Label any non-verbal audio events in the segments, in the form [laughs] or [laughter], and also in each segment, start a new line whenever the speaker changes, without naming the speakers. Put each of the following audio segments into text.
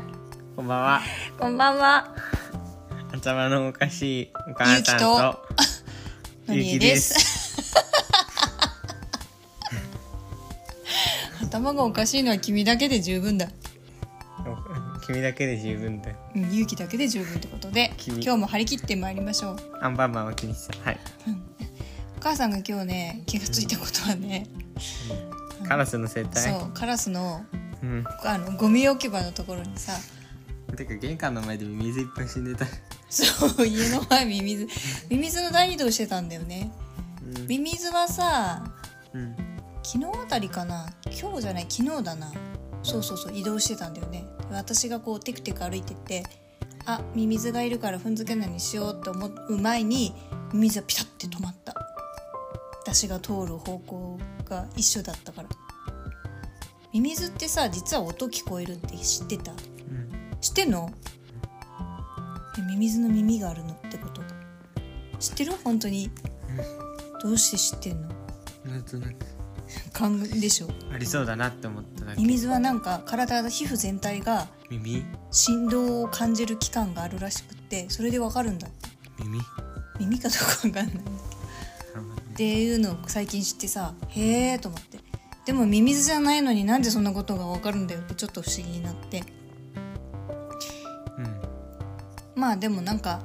んばんは。
こんばんは。
頭のおかしいお母さんと。[laughs]
のりえです。 [laughs] 頭がおかしいのは君だけで十分だ。
[laughs] 君だけで十分だよ。
うん勇気だけで十分ってことで、
君
今日も張り切ってまいりましょう。
アンパンマンは気にしてた。はい。
お母さんが今日ね、気がついたことはね、
カラスの生態。
そう、カラスの、
うん。
あの、ゴミ置き場のところにさ、
てか玄関の前で水いっぱい死んでた。
そう、家の前ミミズ、ミミズの大移動してたんだよね。
うん。
ミミズはさ、
うん。
昨日あたりかな今日じゃない昨日だなそうそうそう移動してたんだよね私がこうテクテク歩いてってあミミズがいるから踏んづけないようにしようって思う前にミミズがピタッて止まった私が通る方向が一緒だったからミミズってさ実は音聞こえるって知ってた
うん
知ってんのえミミズの耳があるのってこと知ってる本当にどうして知ってんの
なんとなく
勘でしょ
ありそうだなって思っただけ
ミ。ミズはなんか体の皮膚全体が
耳
振動を感じる器官があるらしくってそれでわかるんだって
耳
耳かどうかわかんないっていうのを最近知ってさへえと思ってでもミミズじゃないのになんでそんなことがわかるんだよってちょっと不思議になって
うん。
まあでもなんか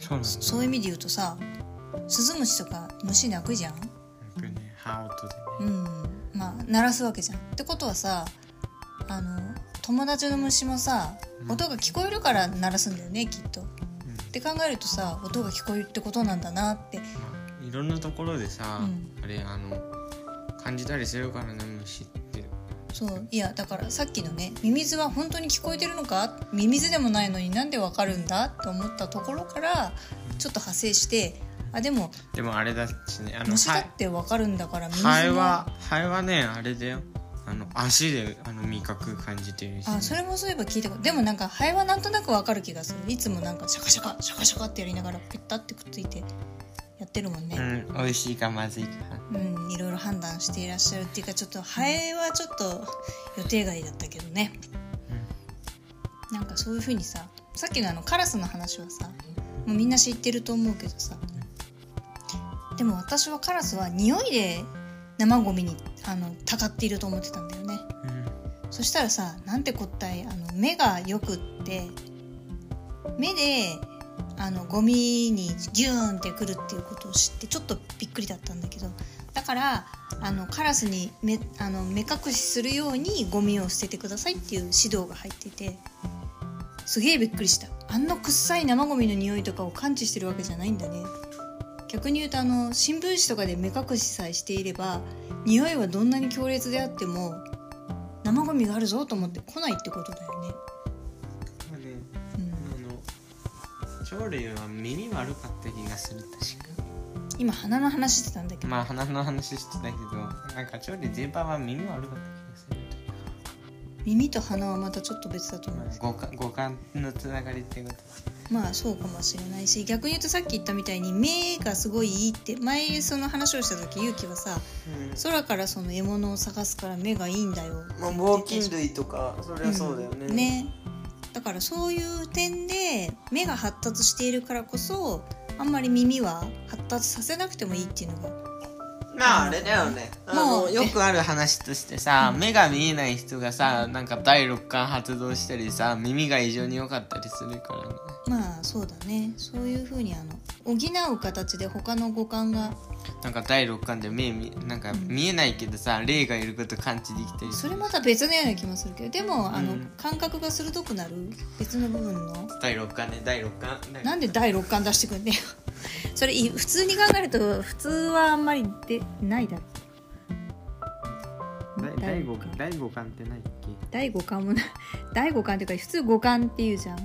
そうなんだ。
そういう意味で言うとさスズムシとか虫鳴くじゃん
なんかね、歯音でね。
うんまあ鳴らすわけじゃんってことはさあの友達の虫もさ音が聞こえるから鳴らすんだよねきっと。
うん
って考えるとさ音が聞こえるってことなんだなって
まあいろんなところでさ、
う
あれあの感じたりするからね虫って
そういやだからさっきのねミミズは本当に聞こえてるのかミミズでもないのになんでわかるんだと思ったところからちょっと派生してあでも
でもあれだしねあの
虫だ
ハ
ってわかるんだからミミズの
ハエはハエはねあれだよあの足であの味覚感じてるし、ね、
あそれもそういえば聞いたことでもなんかハエはなんとなくわかる気がするいつもなんかシャカシャカシャカシャカってやりながらペッタってくっついてやってるもんね。
うん美味しいかまずいか
うん、いろいろ判断していらっしゃるっていうかちょっとハエはちょっと予定外だったけどね、なんかそういうふうにささっきのあのカラスの話はさもうみんな知ってると思うけどさでも私はカラスは匂いで生ゴミにあのたかっていると思ってたんだよね
うん
そしたらさなんてこったいあの目がよくって目であのゴミにギューンってくるっていうことを知ってちょっとびっくりだったんだけどだからあのカラスに目あの目隠しするようにゴミを捨ててくださいっていう指導が入っててすげえびっくりしたあんな臭い生ゴミの匂いとかを感知してるわけじゃないんだね逆に言うとあの新聞紙とかで目隠しさえしていれば匂いはどんなに強烈であっても生ゴミがあるぞと思って来ないってことだよね。
まあね
うん、
あの鳥類は耳悪かった気がする確か
今鼻の話してたんだけど、
まあ鼻の話してたけどなんか鳥類全般は耳悪かった気がする
耳と鼻はまたちょっと別だと思
ま
う
あ。五感五感のつながりっていうこと
まあそうかもしれないし逆に言うとさっき言ったみたいに目がすごいいいって前その話をした時ゆうきはさ
うん
空からその獲物を探すから目がいいんだよって
まあ、
言っ
猛
てた
禽
じゃん
類とかそれはそうだよね,、
うんねだからそういう点で目が発達しているからこそあんまり耳は発達させなくてもいいっていうのが
まああれだよねあ
も
の
う
よくある話としてさ、目が見えない人がさなんか第六感発動したりさ耳が異常に良かったりするからね
まあそうだねそういうふうにあの補う形で他の五感が
なんか第六感で目見なんか見えないけどさ、霊がいること感知できたりす
そ
る
れまた別のような気もするけどでもあの、
うん
感覚が鋭くなる別の部分の
第六感ね第六感なんか
なんで第六感出してくん [laughs] ねよそれいい普通に考えると普通はあんまりでないだろ
だ第五感第五感ってないっけ、
第五感もない [laughs] 第五感っていうか普通五感っていうじゃんえ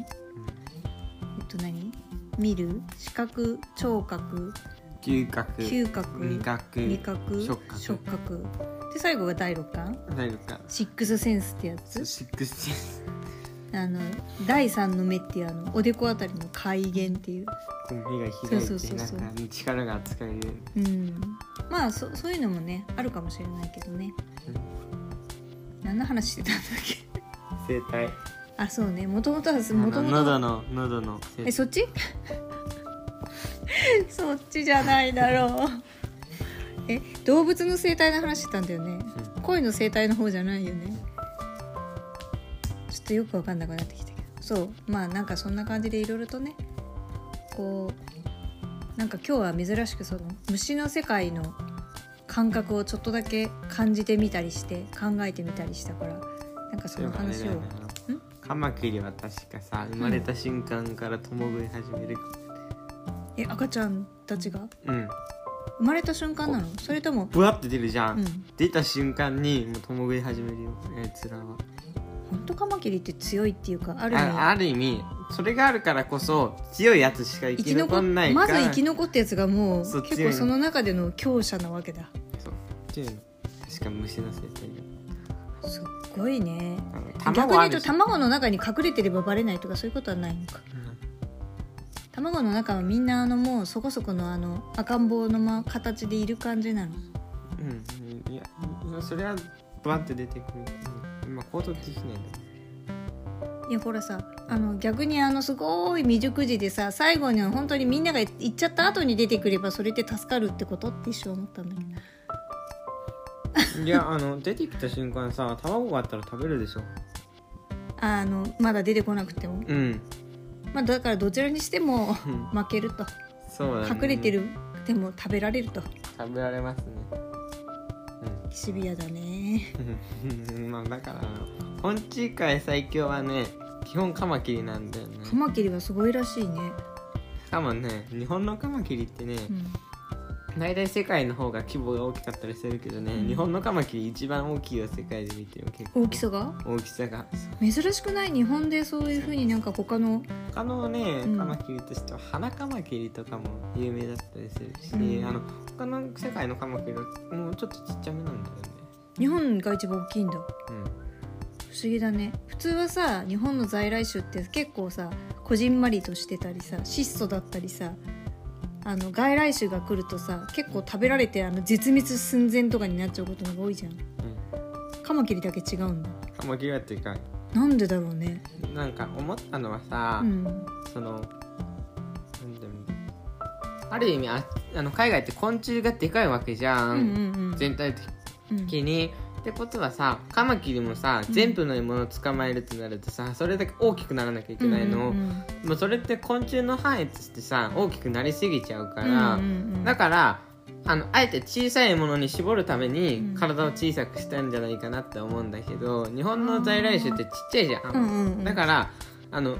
っと何見る視覚聴覚
嗅覚
嗅覚
味覚
味覚
触覚
触覚で最後が第六感
第六感
シックスセンスってやつ
シックスセンス
あの第三の目っていうあのおでこあたりの開眼っていう、
こう目が開い
そ
て
うそう
な
そうそうん
か力が使える、
うん、まあそそういうのもねあるかもしれないけどね何の話してたんだっけ
生態
あそうねもともとは
あの
もとも
喉
と
の喉の
えそっち [laughs] そっちじゃないだろうえ動物の生態の話してたんだよね
う
恋の生態の方じゃないよねちょっとよく分かんなくなってきたけどそうまあなんかそんな感じでいろいろとねこうなんか今日は珍しくその虫の世界の感覚をちょっとだけ感じてみたりして考えてみたりしたからなんかそ
そういえ
の
ばあれ
話
だ
を
よねあのカマキリは確かさ生まれた瞬間から共食い始める
え赤ちゃんたちが
うん
生まれた瞬間なのそれとも
ブワッて出るじゃん、
うん
出た瞬間にもう共食い始めるよあいつらは
本当カマキリって強いっていうかある意
あ
味
ある意味それがあるからこそ強いやつしか生き
生き残
残
っ
んないから
まず生き残ったやつがもう
そう
結
強い
構
の
その中での強者なわけだ
そう強いの確か虫の生態
すっごいね
があの
逆に
卵あ
言う
る
と
じゃん
卵の中に隠れてればバレないとかそういうことはないのか卵の中はみんなあのもうそこそこのあの赤ん坊のま形でいる感じなの
うん、うん、いやそれはブワッて出てくる今行動できないんだ
[laughs] いやほらさあの逆にあのすごい未熟児でさ最後には本当にみんなが行っちゃった後に出てくればそれって助かるってことって一瞬思ったんだけど
いやあの出てきた瞬間さ卵があったら食べるでしょ
あのまだ出てこなくても、
うん
まあ、だからどちらにしても
うん
負けると
そうだ、ね、
隠れてるでも食べられると
食べられますね
シビアだね
うん [laughs] まあだから昆虫界最強はね基本カマキリなんだよね
カマキリはすごいらしいね、
しかもね日本のカマキリってね、
うん、
大体世界の方が規模が大きかったりするけどね、
うん
日本のカマキリ一番大きいよ世界で見てよ結構
大きさが
大きさが
珍しくない日本でそういうふうになんか他の
他のね
うん
カマキリとしては花カマキリとかも有名だったりするし、
うん
あの他の世界のカマキリはもうちょっとちっちゃめなんだよね
日本が一番大きいんだ
うん
不思議だね普通はさ日本の在来種って結構さこじんまりとしてたりさ質素だったりさあの外来種が来るとさ結構食べられてあの絶滅寸前とかになっちゃうことのが多いじゃん
う
カマキリだけ違うんだ
ん、カマキリはっていうか
なんでだろうね
なんか思ったのはさ、
うん
そのなんだろうある意味ああの海外って昆虫がでかいわけじゃ、
うんん
全体的
うんうん
に。ってことはさカマキリもさ
うん
全部の獲物を捕まえるってなるとさそれだけ大きくならなきゃいけないの、
うんうん
もうそれって昆虫の範囲としてさ大きくなりすぎちゃうか
う
ら、
んうんうん
だからあのあえて小さいものに絞るため
う
に
ん
体を小さくしたんじゃないかなって思うんだけど日本の在来種ってちっちゃいじゃん、
うんうんうん
だからあの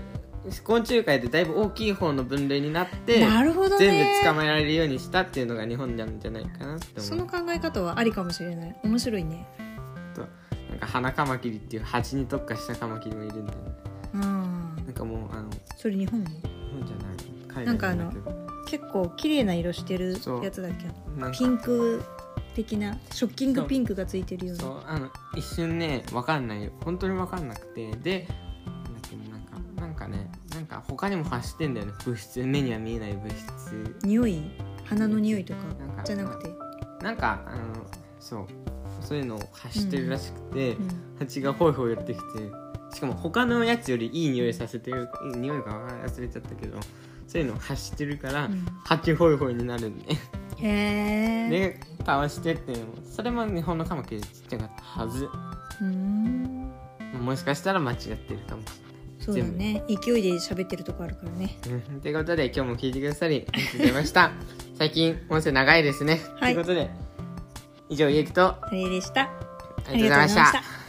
昆虫界でだいぶ大きい方の分類になって
なるほどね
全部捕まえられるようにしたっていうのが日本なんじゃないかなって
そ
思
の
う
考え方はありかもしれない面白いね
となんか花カマキリっていう蜂に特化したカマキリもいるんだよね
うん
なんかもうあの
それ日本も
日本じゃない海外
なんかあの
だけど
結構綺麗な色してる
そう
やつだっけ
なんか
ピンク的なショッキングピンクがついてるよう
そ
な
うあの一瞬ね分かんないよ本当に分かんなくてでなんだっけなんかなんかねなんか他にも発してんだよね物質目には見えない物質
匂い鼻の匂いとか
なんか
じゃなくて、
なんかあのそうそういうのを発してるらしくて、
うん
蜂がホイホイ寄ってきてしかも他のやつよりいい匂いさせてる匂いが忘れちゃったけどそういうのを発してるから、
うん
蜂ホイホイになるんで
へえ
で倒してっていうのもそれも日本のカマキリちっちゃかったはず
うん
もしかしたら間違ってるかもしれない
そうだね勢いで喋ってるとこあるからね
うんということで今日も聞いてくださりありがとうございました
[laughs]
最近音声長いですね、
はい
ということで以上ゆうきとあ
あれでした
りがとうございました
ありがとうございました